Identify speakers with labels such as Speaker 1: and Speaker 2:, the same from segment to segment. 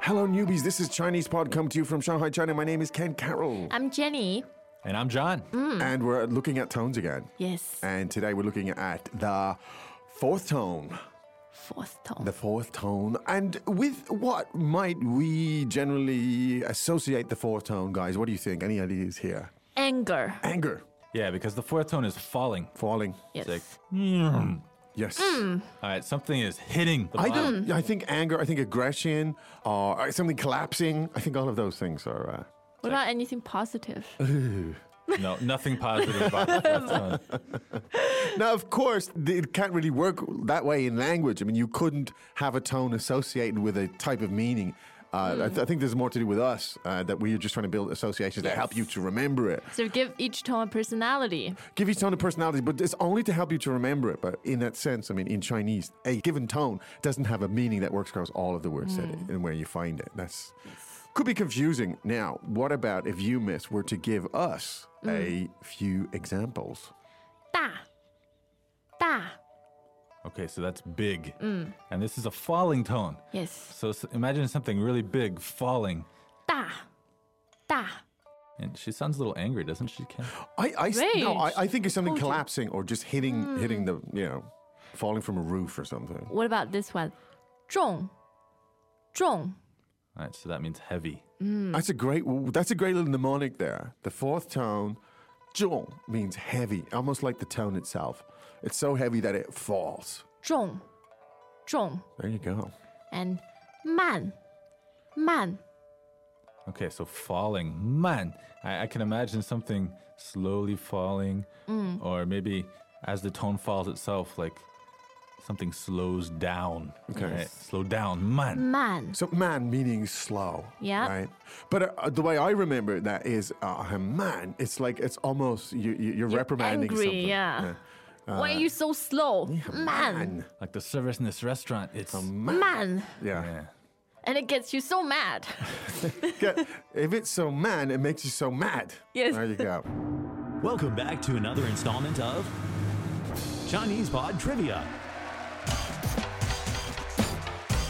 Speaker 1: Hello, newbies. This is Chinese Pod come to you from Shanghai, China. My name is Ken Carroll.
Speaker 2: I'm Jenny.
Speaker 3: And I'm John.
Speaker 1: And we're looking at tones again.
Speaker 2: Yes.
Speaker 1: And today we're looking at the fourth tone.
Speaker 2: Fourth tone.
Speaker 1: The fourth tone. And with what might we generally associate the fourth tone, guys? What do you think? Any ideas here?
Speaker 2: Anger.
Speaker 1: Anger.
Speaker 3: Yeah, because the fourth tone is falling.
Speaker 1: Falling.
Speaker 2: Yes.
Speaker 3: Sick.
Speaker 1: Yes.
Speaker 3: All right, something is hitting the
Speaker 1: I
Speaker 3: bottom.
Speaker 1: don't. I think anger. I think aggression, or uh, something collapsing. I think all of those things are. Uh,
Speaker 2: What about anything positive?
Speaker 3: No, nothing positive about the fourth tone.
Speaker 1: Now, of course, th- it can't really work that way in language. I mean, you couldn't have a tone associated with a type of meaning. Uh, I, th- I think there's more to do with us uh, that we are just trying to build associations that help you to remember it.
Speaker 2: so give each tone a personality.
Speaker 1: Give each tone a personality, but it's only to help you to remember it. But in that sense, I mean, in Chinese, a given tone doesn't have a meaning that works across all of the words said and where you find it. That's could be confusing. Now, what about if you, Miss, were to give us a few examples?
Speaker 2: 大,大.
Speaker 3: Okay, so that's big. And this is a falling tone.
Speaker 2: Yes.
Speaker 3: So s- imagine something really big falling.
Speaker 2: 大,大.
Speaker 3: And she sounds a little angry, doesn't she, Ken?
Speaker 1: I, I s- no, I,
Speaker 2: Rage. Hmm.
Speaker 1: I think it's something collapsing or just hitting hitting the you know falling from a roof or something.
Speaker 2: What about this one? 重,重.
Speaker 3: All right, so that means heavy.
Speaker 2: Hmm.
Speaker 1: That's a great that's a great little mnemonic there. The fourth tone, zhong, means heavy, almost like the tone itself. It's so heavy that it falls.
Speaker 2: 重,重.
Speaker 1: There you go.
Speaker 2: And 慢,慢.
Speaker 3: Okay, so falling. Man, I, I can imagine something slowly falling, or maybe as the tone falls itself, like something slows down.
Speaker 1: Okay.
Speaker 3: Slow down, man.
Speaker 2: 慢.
Speaker 1: So man meaning slow.
Speaker 2: Yeah.
Speaker 1: Right. But uh, the way I remember that is uh, man. It's like it's almost you, you, you're, reprimanding
Speaker 2: angry,
Speaker 1: something.
Speaker 2: yeah. Why are you so slow? Uh, man.
Speaker 1: Man.
Speaker 3: Like the service in this restaurant, it's.
Speaker 2: Man.
Speaker 1: Yeah.
Speaker 3: yeah.
Speaker 2: And it gets you so mad.
Speaker 1: Get- if it's so man, it makes you so mad.
Speaker 2: Yes.
Speaker 1: There you go.
Speaker 4: Welcome back to another installment of Chinese Pod Trivia.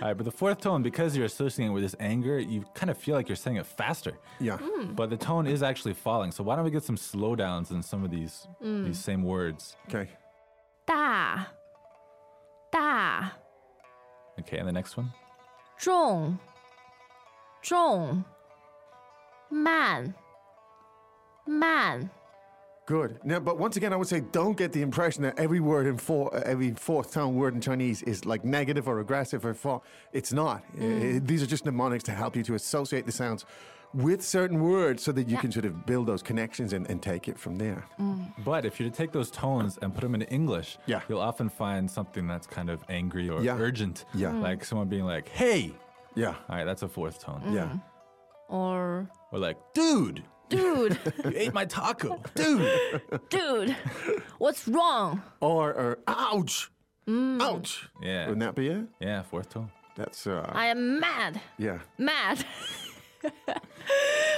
Speaker 3: All right, but the fourth tone, because you're associating it with this anger, you kind of feel like you're saying it faster.
Speaker 1: Yeah.
Speaker 2: Mm. Hmm.
Speaker 3: But the tone is actually falling. So why don't we get some slowdowns in some of these
Speaker 2: Hmm.
Speaker 3: these same words?
Speaker 1: Okay.
Speaker 2: 大,大.
Speaker 3: Okay, and the next one.
Speaker 2: 重，重，慢，慢，
Speaker 1: Good. Now, but once again, I would say don't get the impression that every word in four, every fourth tone word in Chinese is like negative or aggressive or fall. It's not. I-
Speaker 2: Mm.
Speaker 1: I- these are just mnemonics to help you to associate the sounds with certain words so that you can sort of build those connections and, and take it from there.
Speaker 2: Mm.
Speaker 3: But if you're to take those tones and put them into English,
Speaker 1: Yeah.
Speaker 3: you'll often find something that's kind of angry or
Speaker 1: Yeah.
Speaker 3: urgent.
Speaker 1: Yeah.
Speaker 2: Hmm.
Speaker 1: Mm.
Speaker 3: Like someone being like, hey.
Speaker 1: Yeah.
Speaker 3: All right, that's a fourth tone.
Speaker 1: Yeah.
Speaker 2: Mm. or
Speaker 3: Or like, dude,
Speaker 2: dude，
Speaker 3: you ate my taco. Dude.
Speaker 2: dude, what's wrong？
Speaker 1: Or, or ouch.
Speaker 2: Mm.
Speaker 1: Ouch.
Speaker 3: Yeah.
Speaker 1: Wouldn't that be it?
Speaker 3: Yeah, fourth tone.
Speaker 1: That's, uh,
Speaker 2: I am mad,
Speaker 1: yeah.
Speaker 2: mad.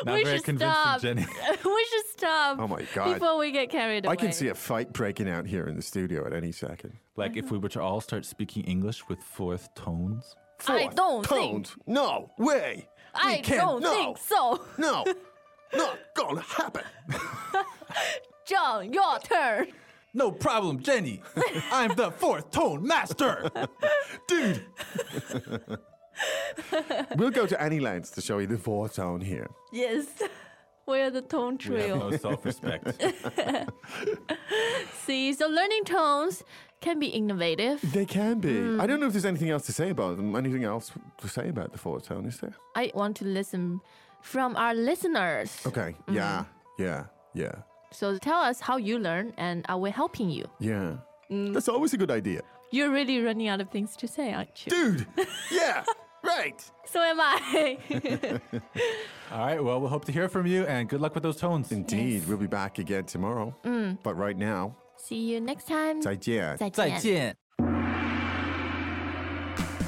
Speaker 3: Not
Speaker 2: we
Speaker 3: very
Speaker 2: should
Speaker 3: convincing,
Speaker 2: stop.
Speaker 3: Jenny.
Speaker 2: we should stop.
Speaker 1: Oh my God.
Speaker 2: Before we get carried away.
Speaker 1: I can see a fight breaking out here in the studio at any second.
Speaker 3: like if we were to all start speaking English with fourth tones.
Speaker 2: I
Speaker 1: Fourth
Speaker 2: don't think.
Speaker 1: tones. No way.
Speaker 2: I
Speaker 1: we can't.
Speaker 2: don't
Speaker 1: no.
Speaker 2: think so.
Speaker 1: No, not gonna happen.
Speaker 2: John, your turn.
Speaker 3: No problem, Jenny. I'm the fourth tone master.
Speaker 1: Dude. we'll go to any lengths to show you the fourth tone here.
Speaker 2: Yes. We are the tone trio.
Speaker 3: no self-respect.
Speaker 2: See, so learning tones can be innovative.
Speaker 1: They can be.
Speaker 2: Hmm.
Speaker 1: I don't know if there's anything else to say about them. Anything else to say about the fourth tone, is there?
Speaker 2: I want to listen from our listeners.
Speaker 1: Okay. Yeah. Yeah. Yeah.
Speaker 2: So tell us how you learn and are we helping you?
Speaker 1: Yeah.
Speaker 2: Hmm.
Speaker 1: That's always a good idea.
Speaker 2: You're really running out of things to say, aren't you?
Speaker 1: Dude. yeah. Right.
Speaker 2: So am I.
Speaker 3: All right. Well, we hope to hear from you, and good luck with those tones.
Speaker 1: Indeed. We'll be back again tomorrow.
Speaker 2: Hmm.
Speaker 1: But right now,
Speaker 2: See you next time.
Speaker 1: 再见.
Speaker 3: 再见。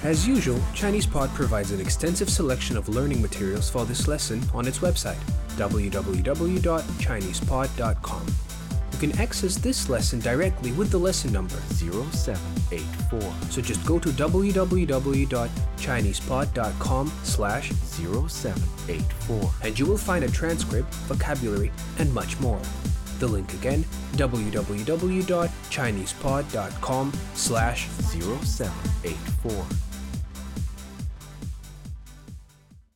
Speaker 5: As usual, ChinesePod provides an extensive selection of learning materials for this lesson on its website, www.chinesepod.com. You can access this lesson directly with the lesson number,
Speaker 6: 0784
Speaker 5: so just go to www.chinesepod.com slash
Speaker 6: 0784
Speaker 5: and you will find a transcript, vocabulary, and much more. The link again, www.chinesepod.com slash
Speaker 6: 0784